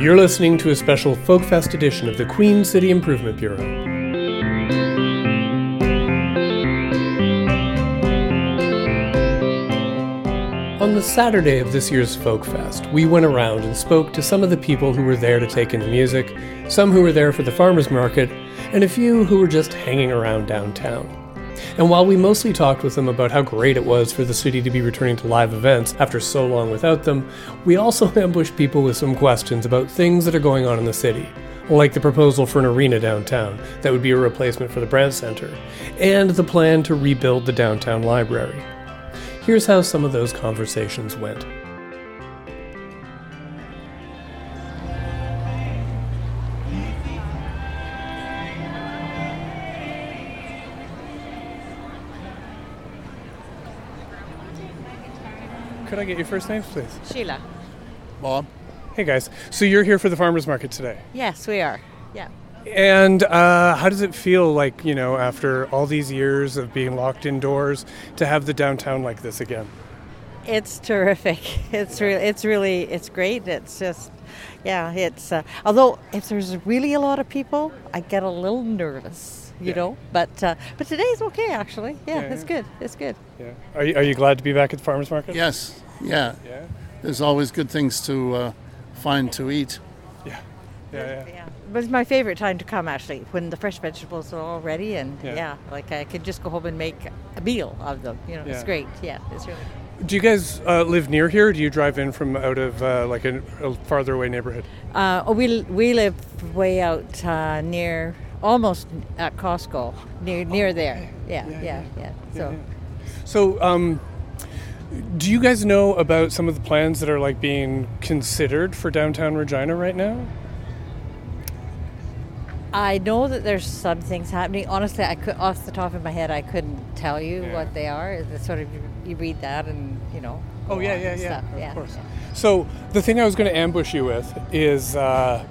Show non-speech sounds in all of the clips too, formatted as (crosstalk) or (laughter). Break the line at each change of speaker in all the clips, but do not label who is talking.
You're listening to a special Folkfest edition of the Queen City Improvement Bureau. On the Saturday of this year's Folkfest, we went around and spoke to some of the people who were there to take in the music, some who were there for the farmers market, and a few who were just hanging around downtown. And while we mostly talked with them about how great it was for the city to be returning to live events after so long without them, we also (laughs) ambushed people with some questions about things that are going on in the city, like the proposal for an arena downtown that would be a replacement for the Brandt Center, and the plan to rebuild the downtown library. Here's how some of those conversations went. Could I get your first names, please?
Sheila.
Mom,
Hey guys, so you're here for the farmers market today.
Yes, we are. Yeah.
And uh, how does it feel like, you know, after all these years of being locked indoors to have the downtown like this again?
It's terrific. (laughs) It's really, it's really, it's great. It's just, yeah. It's uh, although if there's really a lot of people, I get a little nervous, you
Yeah.
know. But uh, but today's okay actually. Yeah,
Yeah,
it's
yeah.
good. It's good.
Yeah. Are you, are you glad to be back at the farmers market?
yes, yeah.
Yeah.
There's always good things to uh, find to eat.
Yeah. Yeah. yeah.
Yeah. It was my favorite time to come actually when the fresh vegetables are all ready and
Yeah.
yeah, like I could just go home and make a meal of them. You know,
Yeah.
it's great. Yeah, it's really.
Do you guys uh, live near here? Or do you drive in from out of uh, like a, a farther away neighborhood?
Uh, oh, we we live way out uh, near almost at Costco, near near there. Yeah,
Oh, Yeah,
yeah,
yeah.
yeah. So
So, um, do you guys know about some of the plans that are like being considered for downtown Regina right now?
I know that there's some things happening. Honestly, I could off the top of my head, I couldn't tell you
Yeah.
what they are. It's sort of you, you read that and you know.
Oh
go
yeah,
on
yeah,
and
yeah.
stuff.
Of course. So the thing I was going to ambush you with is uh,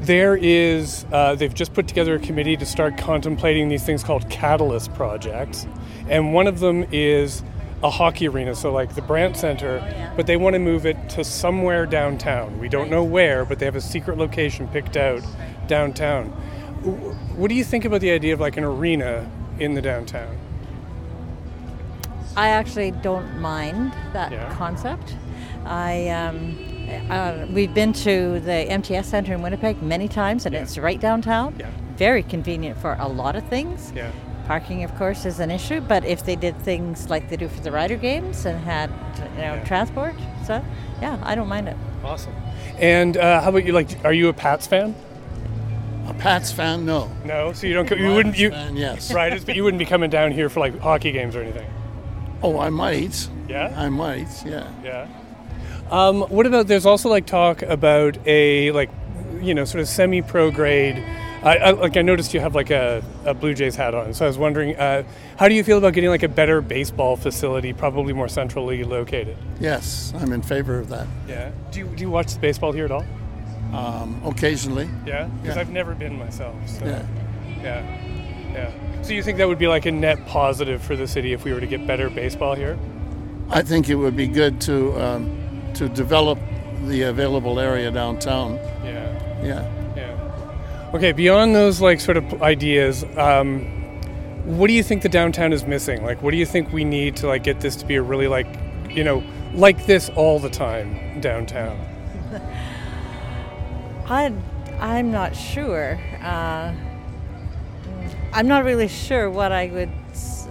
there is uh, they've just put together a committee to start contemplating these things called catalyst projects, and one of them is a hockey arena, so like the Brandt Center, but they want to move it to somewhere downtown. We don't know where, but they have a secret location picked out downtown. W- What do you think about the idea of like an arena in the downtown?
I actually don't mind that
Yeah.
concept. I um, uh, we've been to the MTS Center in Winnipeg many times, and
Yeah.
it's right downtown.
Yeah.
Very convenient for a lot of things.
Yeah.
Parking, of course, is an issue, but if they did things like they do for the Rider Games and had you know
Yeah.
transport, so yeah, I don't mind it.
Awesome. And uh, how about you? Like, are you a Pats fan?
A Pats fan, no.
No, so you don't. co- You wouldn't. You
Fan, yes.
right? it's- But you wouldn't be coming down here for like hockey games or anything.
Oh, I might.
Yeah?
I might. Yeah.
Yeah. Um, what about? There's also like talk about a like, you know, sort of semi-pro grade. I, I, like I noticed you have like a, a Blue Jays hat on, so I was wondering, uh, how do you feel about getting like a better baseball facility, probably more centrally located?
Yes, I'm in favor of that.
Yeah. Do you, do you watch the baseball here at all?
Um, occasionally.
Yeah. Because
Yeah.
I've never been myself. So.
Yeah.
Yeah. Yeah. So you think that would be like a net positive for the city if we were to get better baseball here?
I think it would be good to um, to develop the available area downtown.
Yeah.
Yeah.
Yeah. Okay, beyond those like sort of ideas, um, what do you think the downtown is missing? Like, what do you think we need to like get this to be a really like, you know, like this all the time downtown?
I I'm not sure. Uh, I'm not really sure what I would s-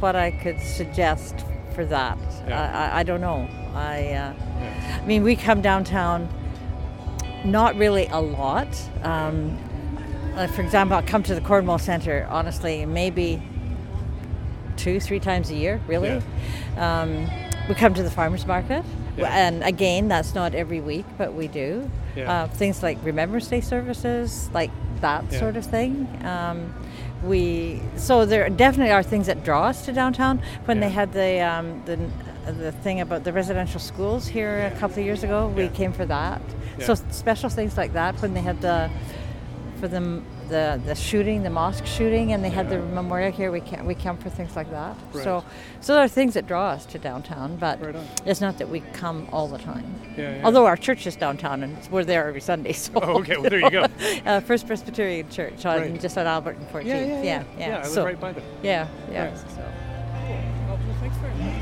what I could suggest for that.
Yeah.
I, I, I don't know. I uh, I mean we come downtown not really a lot. Um, uh, for example, I come to the Cornwall Center honestly maybe two three times a year really. Um, we come to the farmers market,
Yeah.
and again, that's not every week, but we do.
Yeah.
Uh, things like Remembrance Day services, like that
Yeah.
sort of thing. Um, we so there definitely are things that draw us to downtown. When they
Yeah.
had the um, the the thing about the residential schools here a couple of years ago,
Yeah.
we came for that.
Yeah.
So special things like that. When they had the for the the, the shooting, the mosque shooting, and they had the memorial here. We can we come for things like that.
Right.
So, so there are things that draw us to downtown, but
Right on.
it's not that we come all the time.
Yeah, yeah.
Although our church is downtown, and we're there every Sunday. (laughs) So.
Oh, okay. Well, there you go.
(laughs) uh, First Presbyterian Church on
Right.
just on Albert and 14th.
Yeah, yeah, yeah.
yeah.
Yeah, I live
so,
right by there.
Yeah, yeah.
Right.
So.
thanks very much.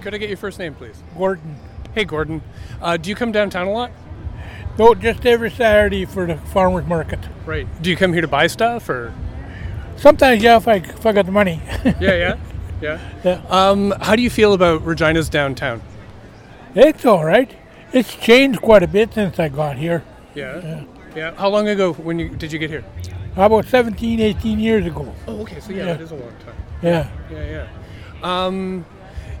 Could I get your first name, please?
Gordon.
Hey, Gordon. Uh, do you come downtown a lot?
No, just every Saturday for the farmers market.
Right. Do you come here to buy stuff or?
Sometimes, yeah, if I, if I got the money. (laughs)
Yeah, (laughs) yeah, yeah.
Yeah.
Um, how do you feel about Regina's downtown?
it's all right. It's changed quite a bit since I got here.
Yeah. yeah. How long ago when you did you get here?
About 17, 18 years ago.
Oh, okay. So
Yeah.
that is a long time.
Yeah.
Yeah, yeah. Um,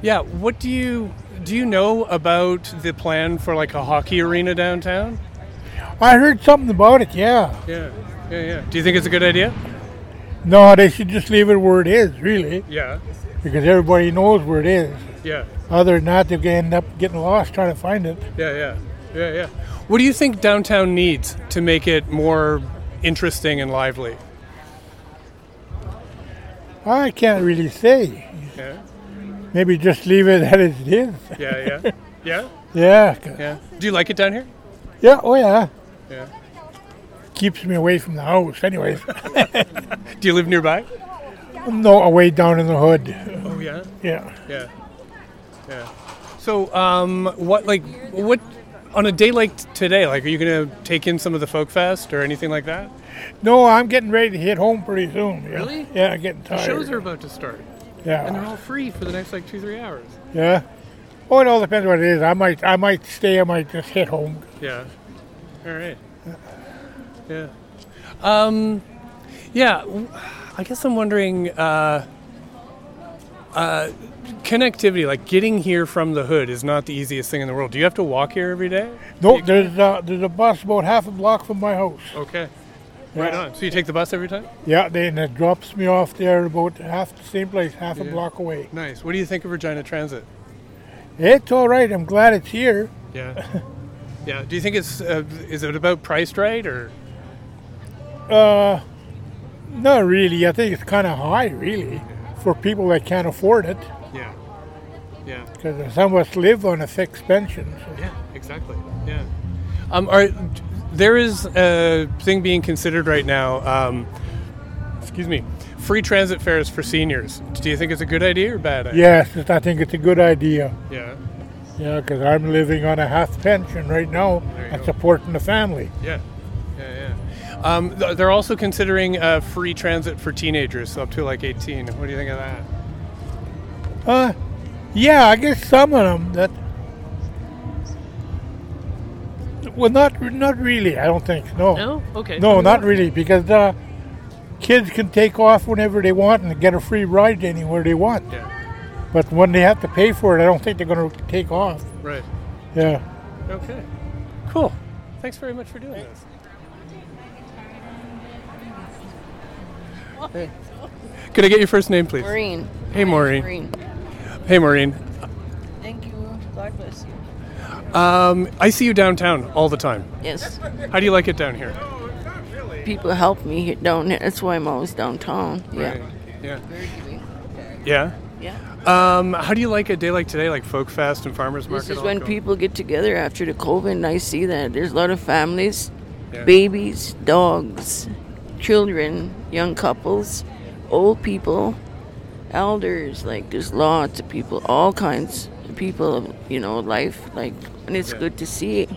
yeah. What do you do? You know about the plan for like a hockey arena downtown?
I heard something about it, yeah.
Yeah, yeah, yeah. Do you think it's a good idea?
No, they should just leave it where it is, really,
Yeah,
because everybody knows where it is.
yeah,
Other than that, they're going to end up getting lost trying to find it.
yeah, yeah, yeah, yeah. What do you think downtown needs to make it more interesting and lively?
I can't really say.
Yeah,
Maybe just leave it (laughs) as it is.
yeah, (laughs) yeah, yeah,
Yeah. 'cause-
yeah. Do you like it down here?
Yeah, oh yeah.
Yeah.
Keeps me away from the house, (laughs) anyways.
Do you live nearby?
no, away down in the hood.
Oh yeah,
Yeah.
yeah, yeah. So, um, what like what on a day like t- today? Like, are you gonna take in some of the folk fest or anything like that?
No, I'm getting ready to hit home pretty soon. Yeah.
Really?
Yeah, I'm getting tired.
Shows are about to start, and they're
yeah.
all free for the next like two three hours.
Yeah. Oh, it all depends what it is. I might, I might stay. I might just hit home.
Yeah. All right. Yeah. Um, yeah. w- I guess I'm wondering. Uh, uh, connectivity, like getting here from the hood, is not the easiest thing in the world. Do you have to walk here every day?
No, there's uh, there's a bus about half a block from my house.
Okay. Right
Yeah.
on. So you take the bus every time?
Yeah, they, and it drops me off there about half the same place, half a
Yeah.
block away.
Nice. What do you think of Regina Transit?
It's all right. I'm glad it's here.
(laughs) Yeah. yeah. Do you think it's uh, is it about priced right or?
Uh, not really. I think it's kind of high, really, for people that can't afford it.
Yeah. Yeah.
Because some of us live on a fixed pension. so-
Yeah, exactly. Yeah. Um, are, there is a thing being considered right now. Um, excuse me. Free transit fares for seniors. Do you think it's a good idea or bad idea?
Yes, I think it's a good idea.
Yeah.
Yeah, because I'm living on a half pension right now
There you
and
go.
supporting the family.
Yeah. Yeah. Yeah. Um, th- they're also considering uh, free transit for teenagers up to like 18. What do you think of that?
Uh, yeah, I guess some of them that. Well, not not really. I don't think no.
Okay.
No, not really, because uh, kids can take off whenever they want and get a free ride anywhere they want.
Yeah.
But when they have to pay for it, I don't think they're going to take off.
Right.
Yeah.
Okay. Cool. Thanks very much for doing this. Hey. Could I get your first name, please?
Maureen.
Hey, Maureen.
Maureen.
Hey, Maureen.
Thank you. God bless you.
Um, I see you downtown all the time.
Yes.
How do you like it down here?
People help me here down there. That's why I'm always downtown.
Right.
Yeah.
Yeah. Yeah.
Yeah.
Um, how do you like a day like today, like Folk Fest and Farmers Market?
This is
all
when
going?
people get together after the COVID, and I see that there's a lot of families,
Yeah.
babies, dogs, children, young couples, old people, elders. Like there's lots of people, all kinds of people. of, You know, life. Like, and it's
Yeah.
good to see.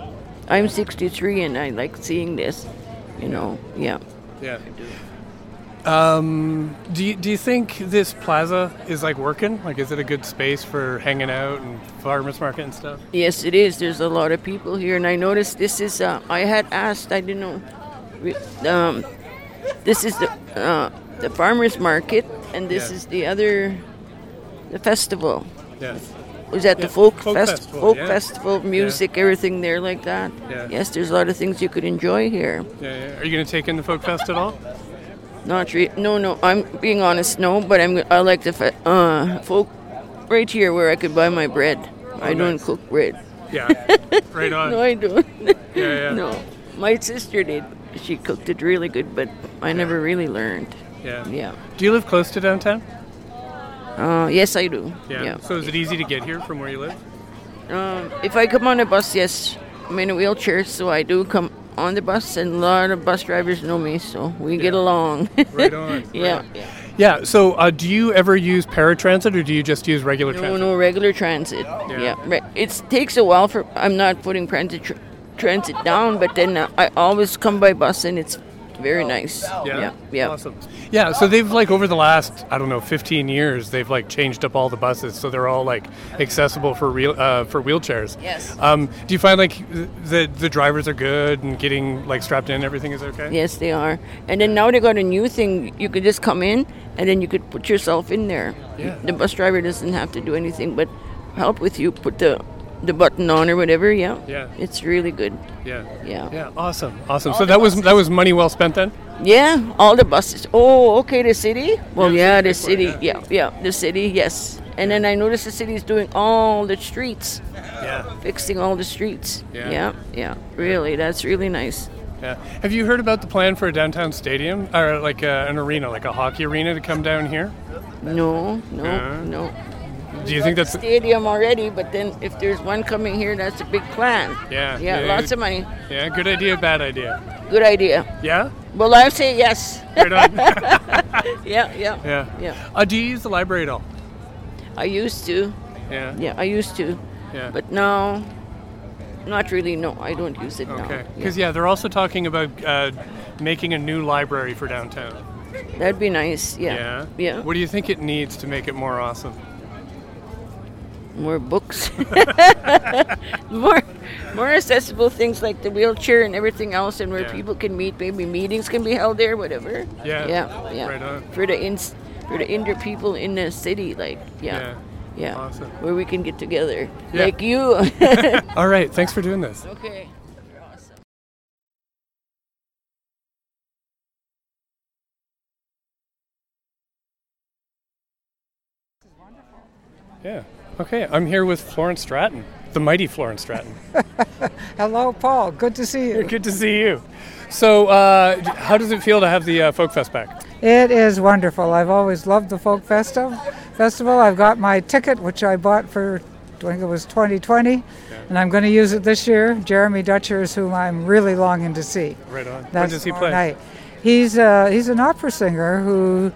I'm 63, and I like seeing this. You know. Yeah.
Yeah. Um, do you, do you think this plaza is like working? Like, is it a good space for hanging out and farmers market and stuff?
Yes, it is. There's a lot of people here, and I noticed this is. Uh, I had asked. I didn't know. we- Um, this is the uh, the farmers market, and this
Yeah.
is the other, the festival.
Yeah.
Was that the
Yeah,
folk,
folk
fest,
festival,
folk
yeah.
festival, music, everything there like that?
Yeah.
Yes, there's a lot of things you could enjoy here.
yeah, yeah. Are you going to take in the Folk Fest
(laughs)
at all?
Not re- no, no. I'm being honest, no. But I'm. I like the fe- uh, folk right here where I could buy my bread.
Oh,
I don't cook bread.
(laughs)
Yeah. right on.
No, I don't.
yeah, yeah.
no. My sister did. She cooked it really good, but I never really learned.
Yeah.
Yeah.
Do you live close to downtown?
Uh, yes, I do.
Yeah.
yeah.
So is it easy to get here from where
(laughs)
you live?
Um, if I come on a bus, yes, I'm in a wheelchair, so I do come on the bus, and a lot of bus drivers know me, so we get along.
Right on.
(laughs) yeah.
Right.
Yeah. So, uh, do you ever use paratransit or do you just use regular
No,
transit?
no regular transit. Yeah, right. It takes a while for. I'm not putting transit tr- transit down, but then uh, I always come by bus, and it's very nice.
Yeah.
yeah. yeah.
Awesome.
Yeah, so they've like over the last I don't know 15 years they've like changed up all the buses so they're all like accessible for real uh, for wheelchairs.
Yes.
Um, do you find like the the drivers are good and getting like strapped in and everything is okay?
Yes, they are. And then now they got a new thing. You could just come in, and then you could put yourself in there.
Yeah.
The bus driver doesn't have to do anything but help with you put the the button on or whatever. Yeah.
Yeah.
It's really good.
Yeah.
Yeah.
Yeah, awesome, awesome. so that was that was money well spent then.
Yeah, all the buses. Oh, okay, the city? Well, yeah, the city.
yeah.
Yeah, yeah, the city, yes. And then I noticed the city is doing all the streets,
Yeah.
fixing all the streets.
Yeah.
yeah, yeah. really, that's really nice.
Yeah. Have you heard about the plan for a downtown stadium or like uh an arena, like a hockey arena, to come down here?
No, no,
Yeah.
no.
Do you think that's
Stadium already, but then if there's one coming here, that's a big plan.
Yeah,
Yeah,
yeah,
lots
yeah.
of money.
yeah, good idea, bad idea?
Good idea.
Yeah.
Well, I say yes. (laughs)
Right on.
yeah, yeah,
yeah.
yeah.
Uh, do you use the library at all?
I used to.
Yeah.
Yeah, I used to.
Yeah.
But now, not really. No, I don't use it now.
Okay.
Yeah.
Because yeah. they're also talking about uh, making a new library for downtown.
That'd be nice. Yeah. Yeah.
What do you think it needs to make it more awesome?
More books. (laughs) more more accessible things like the wheelchair and everything else and where
Yeah.
people can meet, maybe meetings can be held there, whatever.
Yeah.
Yeah. Yeah.
Right on.
For the ins for the inner people in the city, like yeah. Yeah.
Awesome.
Where we can get together.
Yeah.
Like
(laughs)
you. (laughs)
All right. Thanks for doing this.
okay. Awesome.
Yeah. Okay. I'm here with Florence Stratton, the mighty Florence Stratton.
Hello, Paul. Good to see you.
(laughs) Good to see you. So, uh, d- how does it feel to have the uh, Folk Fest back?
It is wonderful. I've always loved the Folk Festival. Festival. I've got my ticket, which I bought for, I think it was 2020, and I'm going to use it this year. Jeremy Dutcher is whom I'm really longing to see.
Right on.
That's
when does he
tomorrow
play?
night. He's uh, he's an opera singer who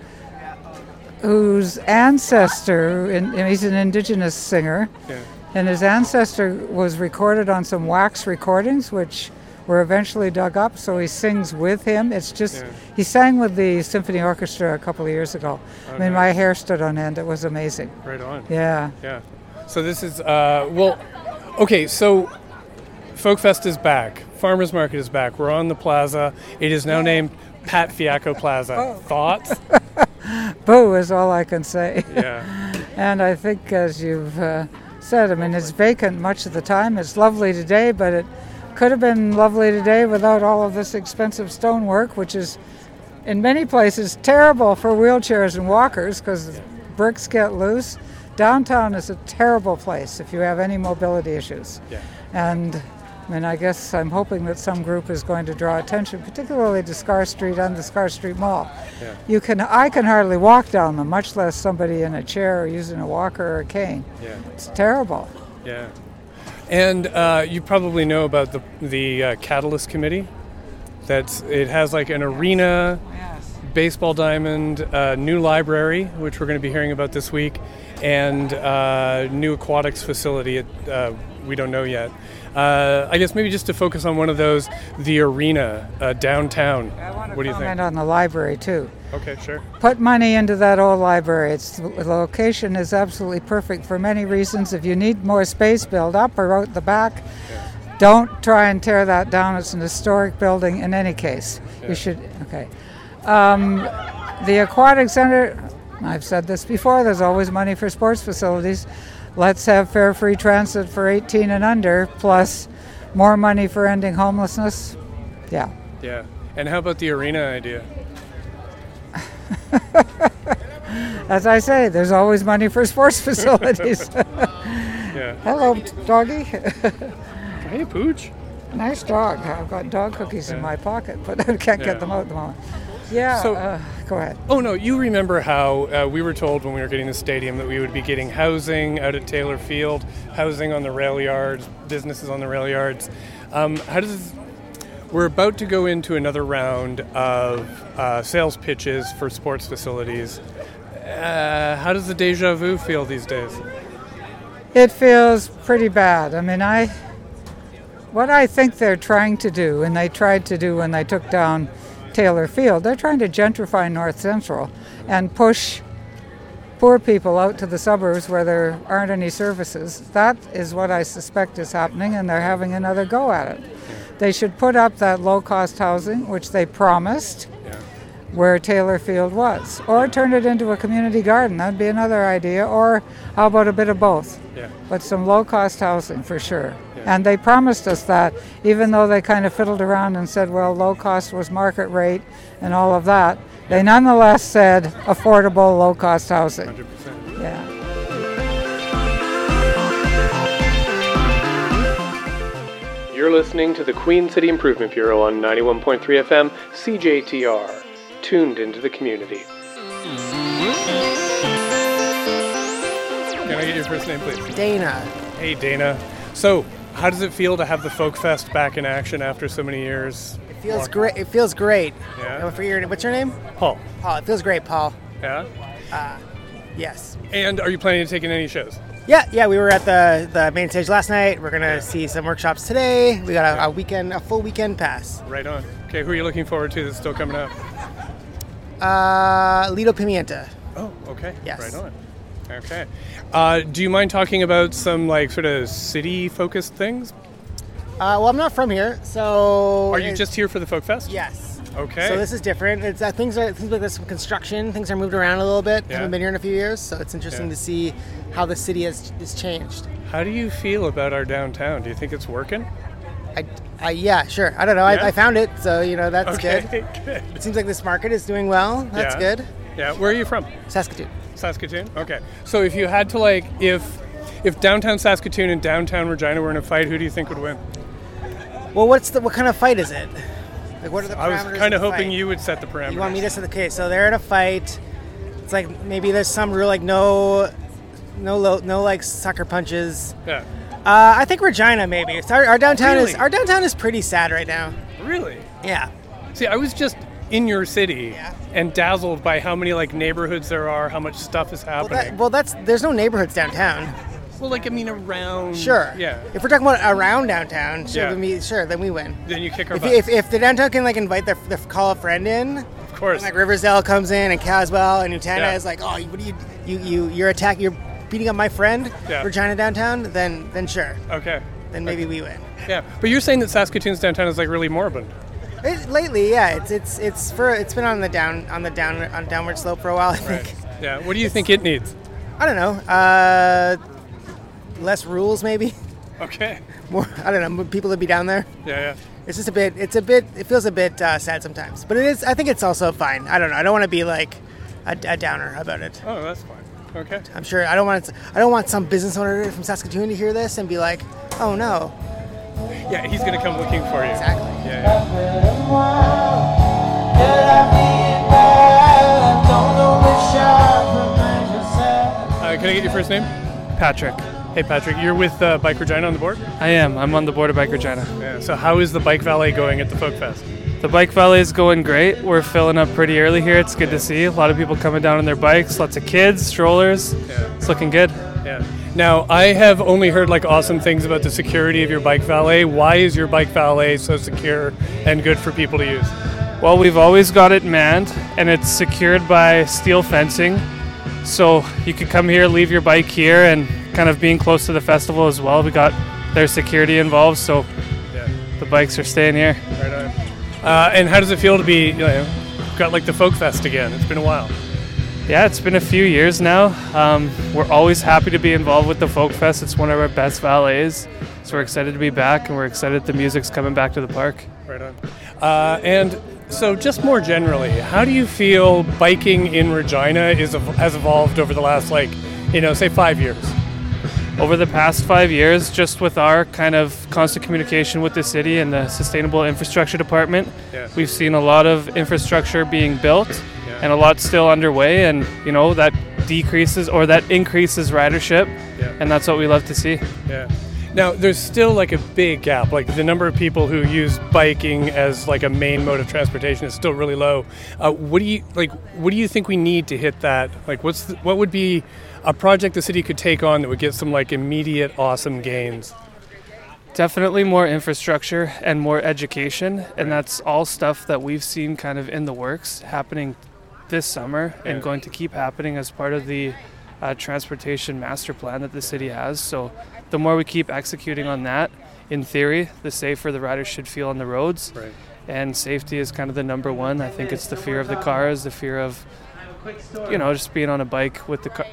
whose ancestor, and and he's an indigenous singer,
Yeah.
and his ancestor was recorded on some wax recordings, which were eventually dug up. So he sings with him. It's just he sang with the symphony orchestra a couple of years ago. I mean, my hair stood on end. It was amazing.
Right on.
Yeah.
Yeah. So this is uh, well, okay. So Folk Fest is back. Farmers Market is back. We're on the plaza. It is now named Pat Fiacco Plaza.
Oh.
Thoughts?
Boo is all I can say.
(laughs) Yeah.
And I think, as you've uh, said, I mean, it's vacant much of the time. It's lovely today, but it could have been lovely today without all of this expensive stonework, which is in many places terrible for wheelchairs and walkers because bricks get loose. Downtown is a terrible place if you have any mobility issues.
Yeah.
And I mean, I guess I'm hoping that some group is going to draw attention, particularly to Scar Street and the Scar Street Mall. You can, I can hardly walk down them, much less somebody in a chair or using a walker or a cane.
Yeah.
It's terrible.
Yeah. And uh, you probably know about the the uh, Catalyst Committee. That's it has like an arena,
Yes.
baseball diamond, uh, new library, which we're going to be hearing about this week, and uh, new aquatics facility. At, uh, we don't know yet. Uh, I guess maybe just to focus on one of those, the arena uh, downtown. What do you
Comment
think?
on the library too.
Okay, sure.
put money into that old library. Its the location is absolutely perfect for many reasons. If you need more space, build up or out the back. Don't try and tear that down. It's an historic building in any case. You should, okay. Um, the Aquatic Center, I've said this before, there's always money for sports facilities. Let's have fare free transit for 18 and under, plus more money for ending homelessness. Yeah.
Yeah. And how about the arena idea?
as I say, there's always money for sports (laughs) facilities.
(laughs) Yeah.
Hello, doggy. (laughs)
Hey, Pooch.
nice dog. I've got dog cookies in my pocket, but I can't
Yeah.
get them out at the moment. Yeah.
So-
uh, go ahead.
Oh no, you remember how uh, we were told when we were getting the stadium that we would be getting housing out at Taylor Field, housing on the rail yards, businesses on the rail yards. Um, how does we're about to go into another round of uh, sales pitches for sports facilities. Uh, how does the deja vu feel these days?
It feels pretty bad. I mean, I what I think they're trying to do, and they tried to do when they took down Taylor Field, they're trying to gentrify North Central and push poor people out to the suburbs where there aren't any services. That is what I suspect is happening, and they're having another go at it. They should put up that low-cost housing, which they promised where Taylor Field was, or turn it into a community garden. That'd be another idea. Or how about a bit of both?
Yeah.
But some low cost housing for sure. And they promised us that, even though they kind of fiddled around and said, well, low cost was market rate and all of that. They nonetheless said affordable, low cost housing.
100%.
Yeah.
You're listening to the Queen City Improvement Bureau on 91.3 FM CJTR, tuned into the community. Can I get your first name, please?
Dana.
Hey, Dana. So, how does it feel to have the Folk Fest back in action after so many years?
It feels great. It feels great.
Yeah.
And for your, what's your name?
Paul.
Paul. It feels great, Paul.
Yeah.
Yes.
And are you planning to take in any shows?
Yeah, yeah. We were at the the main stage last night. We're gonna see some workshops today. We got a, a weekend, a full weekend pass.
Right on. Okay, who are you looking forward to that's still coming up?
Uh, Lido Pimienta.
Oh, okay.
Yes.
Right on. Okay. Uh, do you mind talking about some like sort of city-focused things?
Uh, well, I'm not from here, so
Are you
it-
just here for the Folk Fest?
Yes.
Okay.
So this is different. It's uh, things are things like there's some construction. Things are moved around a little bit.
Yeah.
Haven't been here in a few years, so it's interesting
Yeah.
to see how the city has is changed.
How do you feel about our downtown? Do you think it's working?
I, I yeah, sure. I don't know.
Yeah?
I, I found it, so you know that's good.
okay. (laughs) good.
It seems like this market is doing well. That's
Yeah.
good.
Yeah. Where are you from?
Saskatoon.
Saskatoon. Okay. So if you had to like, if if downtown Saskatoon and downtown Regina were in a fight, who do you think would win?
Well, what's the what kind of fight is it? Like, what are the parameters?
I was kind
the
of hoping
fight?
you would set the parameters.
You want me to say okay? So they're in a fight. It's like maybe there's some rule like no, no low, no like sucker punches.
Yeah.
Uh, I think Regina maybe. It's Our, our downtown
Really?
is our downtown is pretty sad right now.
Really?
Yeah.
See, I was just in your city
Yeah.
and dazzled by how many like neighborhoods there are, how much stuff is
Well, that,
happening.
well, that's there's no neighborhoods downtown.
well, like I mean, around.
Sure.
Mm, Yeah.
If we're talking about around downtown, sure,
Yeah.
then we, sure, then we win.
then you kick our
If,
butt.
if, if the downtown can like invite their, their call a friend in,
of course.
like Riversdale comes in and Caswell and Utana
Yeah.
is like, oh, what are you you you you're attack you're beating up my friend
Yeah.
Regina downtown, then then sure,
okay.
then maybe we win.
Yeah. But you're saying that Saskatoon's downtown is like really moribund.
It, lately, yeah, it's it's it's for it's been on the down on the down on downward slope for a while. I think.
Right. Yeah. What do you think it needs?
I don't know. Uh, less rules, maybe. (laughs)
Okay.
More. I don't know. more People to be down there.
Yeah, yeah.
It's just a bit. It's a bit. It feels a bit uh, sad sometimes. But it is. I think it's also fine. I don't know. I don't want to be like a, a downer about it.
Oh, that's fine. Okay.
I'm sure. I don't want. It, I don't want some business owner from Saskatoon to hear this and be like, oh no.
Yeah, he's gonna come looking for you.
Exactly.
Yeah, yeah. Uh, can I get your first name?
Patrick.
Hey, Patrick. You're with uh, Bike Regina on the board.
I am. I'm on the board of Bike Regina.
Yeah. So, how is the bike valet going at the Folk Fest?
The bike valley is going great. We're filling up pretty early here. It's good to see. A lot of people coming down on their bikes, lots of kids, strollers. It's looking good.
Yeah. Now, I have only heard like awesome things about the security of your bike valet. Why is your bike valet so secure and good for people to use?
Well, we've always got it manned and it's secured by steel fencing. So you could come here, leave your bike here, and kind of being close to the festival as well. We got their security involved, so
Yeah.
the bikes are staying here.
Right on. Uh, and how does it feel to be, you know, got like the Folk Fest again? It's been a while.
Yeah, it's been a few years now. Um, we're always happy to be involved with the Folk Fest. It's one of our best valets. So we're excited to be back and we're excited the music's coming back to the park.
Right on. Uh, and so, just more generally, how do you feel biking in Regina is ev- has evolved over the last, like, you know, say five years?
over the past five years, just with our kind of constant communication with the city and the sustainable infrastructure department,
Yeah.
we've seen a lot of infrastructure being built
Yeah.
and a lot still underway. And, you know, that decreases or that increases ridership.
Yeah.
And that's what we love to see.
Yeah. Now, there's still like a big gap. Like the number of people who use biking as like a main mode of transportation is still really low. Uh, what do you like? What do you think we need to hit that? Like, what's the, what would be a project the city could take on that would get some like immediate awesome gains?
Definitely more infrastructure and more education. And that's all stuff that we've seen kind of in the works happening this summer
Yeah.
and going to keep happening as part of the uh, transportation master plan that the city has. So the more we keep executing on that, in theory, the safer the riders should feel on the roads.
Right.
And safety is kind of the number one. I think it's the fear of the cars, the fear of, you know, just being on a bike with the car.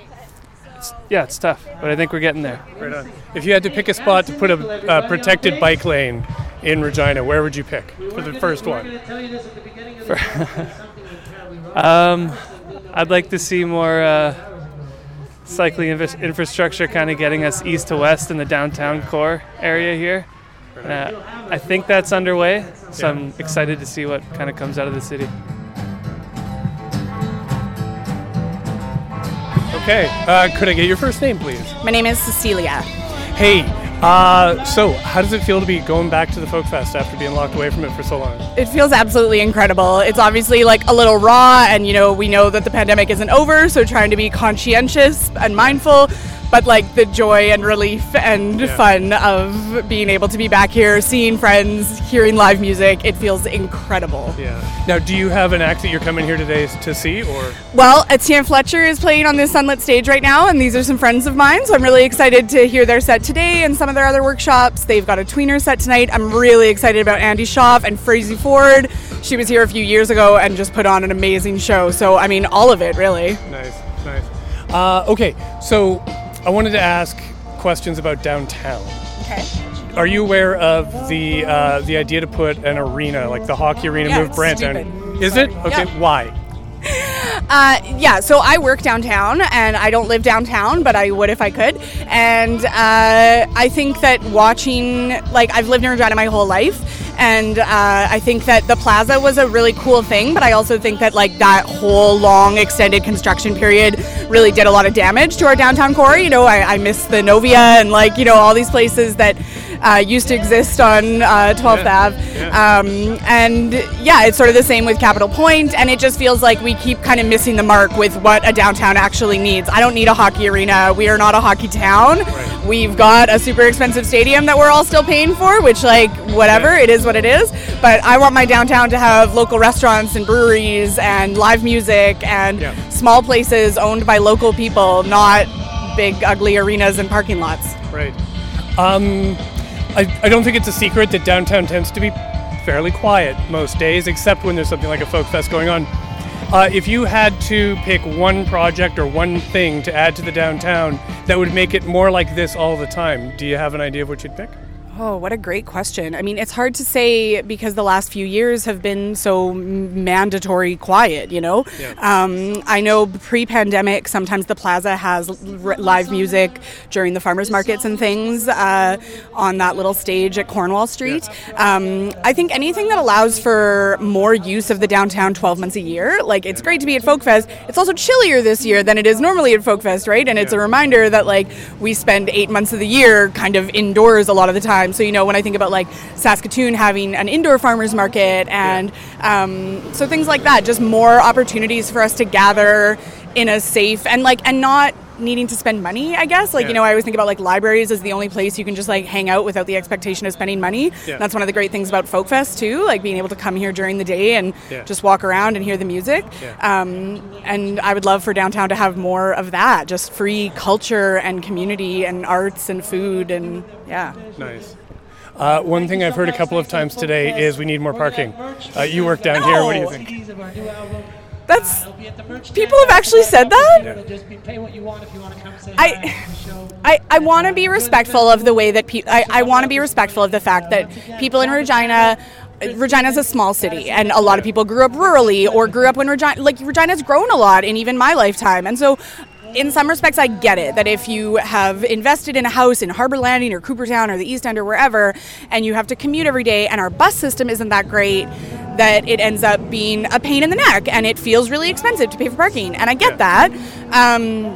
It's, yeah, it's tough, but I think we're getting there.
Right on. If you had to pick a spot to put a, uh protected bike lane in Regina, where would you pick for the first one?
Um, I'd like to see more uh, cycling invis- infrastructure kind of getting us east to west in the downtown core area here. Uh, I think that's underway, so I'm excited to see what kind of comes out of the city.
Okay. Uh, could I get your first name, please?
My name is Cecilia.
Hey. Uh, so, how does it feel to be going back to the Folk Fest after being locked away from it for so long?
It feels absolutely incredible. It's obviously like a little raw, and you know, we know that the pandemic isn't over, so trying to be conscientious and mindful, but like the joy and relief and
Yeah.
fun of being able to be back here, seeing friends, hearing live music, it feels incredible.
Yeah. Now, do you have an act that you're coming here today to see, or?
Well, Etienne Fletcher is playing on the Sunlit stage right now, and these are some friends of mine, so I'm really excited to hear their set today and some of their other workshops. They've got a tweener set tonight. I'm really excited about Andy Schaff and Frazee Ford. She was here a few years ago and just put on an amazing show, so I mean, all of it, really.
Nice, nice. Uh, okay, so I wanted to ask questions about downtown.
Okay.
Are you aware of the uh, the idea to put an arena, like the hockey arena,
Yeah,
move brand down? Is it? Okay,
Yeah.
why?
Uh, yeah, so I work downtown and I don't live downtown, but I would if I could. And uh, I think that watching, like, I've lived in Regina my whole life, and uh, I think that the plaza was a really cool thing, but I also think that, like, that whole long extended construction period really did a lot of damage to our downtown core. You know, I, I miss the Novia and, like, you know, all these places that uh, used to exist on uh, 12th
Yeah.
Ave. Um, and yeah, it's sort of the same with Capitol Point, and it just feels like we keep kind of missing the mark with what a downtown actually needs. I don't need a hockey arena. We are not a hockey town. We've got a super expensive stadium that we're all still paying for, which, like, whatever, it is what it is. But I want my downtown to have local restaurants and breweries and live music and small places owned by local people, not big, ugly arenas and parking lots.
Right. Um, I, I don't think it's a secret that downtown tends to be fairly quiet most days, except when there's something like a folk fest going on. Uh, if you had to pick one project or one thing to add to the downtown that would make it more like this all the time, do you have an idea of what you'd pick?
Oh, what a great question. I mean, it's hard to say because the last few years have been so mandatory quiet, you know? Um, I know pre pandemic, sometimes the plaza has r- live music during the farmers markets and things uh, on that little stage at Cornwall Street. Um, I think anything that allows for more use of the downtown 12 months a year, like it's great to be at Folk Fest. It's also chillier this year than it is normally at Folk Fest, right? And it's a reminder that like we spend eight months of the year kind of indoors a lot of the time. So you know when I think about like Saskatoon having an indoor farmers market and um, so things like that, just more opportunities for us to gather in a safe and like and not needing to spend money i guess like
Yeah.
you know i always think about like libraries as the only place you can just like hang out without the expectation of spending money
Yeah.
that's one of the great things about folk fest too like being able to come here during the day and
Yeah.
just walk around and hear the music
Yeah.
um, and i would love for downtown to have more of that just free culture and community and arts and food and yeah
Nice. Uh, one thing I've heard a couple of times today is we need more parking. Uh, you work down here. What do you
No.
think?
that's people have actually said that I, I, I want to be respectful of the way that people. I, I want to be respectful of the fact that people in Regina Regina's a small city, and a lot of people grew up rurally or grew up when Regina, like Regina's grown a lot in even my lifetime, and so. In some respects, I get it that if you have invested in a house in Harbor Landing or Coopertown or the East End or wherever, and you have to commute every day, and our bus system isn't that great, that it ends up being a pain in the neck and it feels really expensive to pay for parking. And I get that. Um,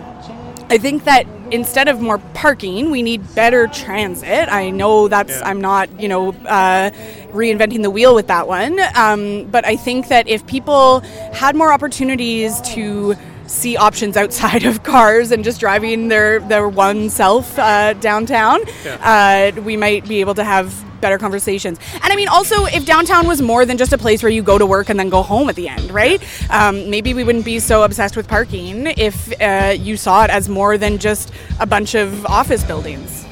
I think that instead of more parking, we need better transit. I know that's I'm not you know uh, reinventing the wheel with that one, um, but I think that if people had more opportunities to see options outside of cars and just driving their their one self uh, downtown, uh, we might be able to have better conversations. And I mean, also, if downtown was more than just a place where you go to work and then go home at the end, right? Um, maybe we wouldn't be so obsessed with parking if uh, you saw it as more than just a bunch of office buildings.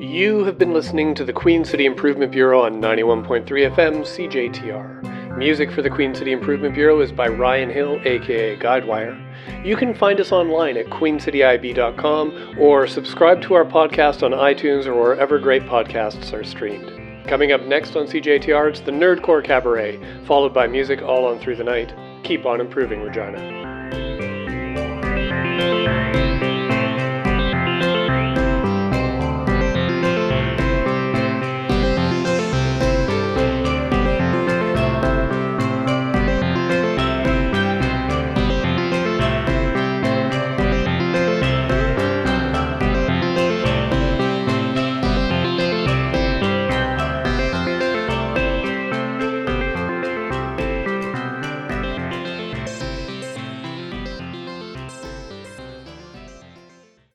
You have been listening to the Queen City Improvement Bureau on 91.3 FM CJTR. Music for the Queen City Improvement Bureau is by Ryan Hill, aka Guidewire. You can find us online at queencityib.com or subscribe to our podcast on iTunes or wherever great podcasts are streamed. Coming up next on CJTR, it's the Nerdcore Cabaret, followed by music all on through the night. Keep on improving, Regina.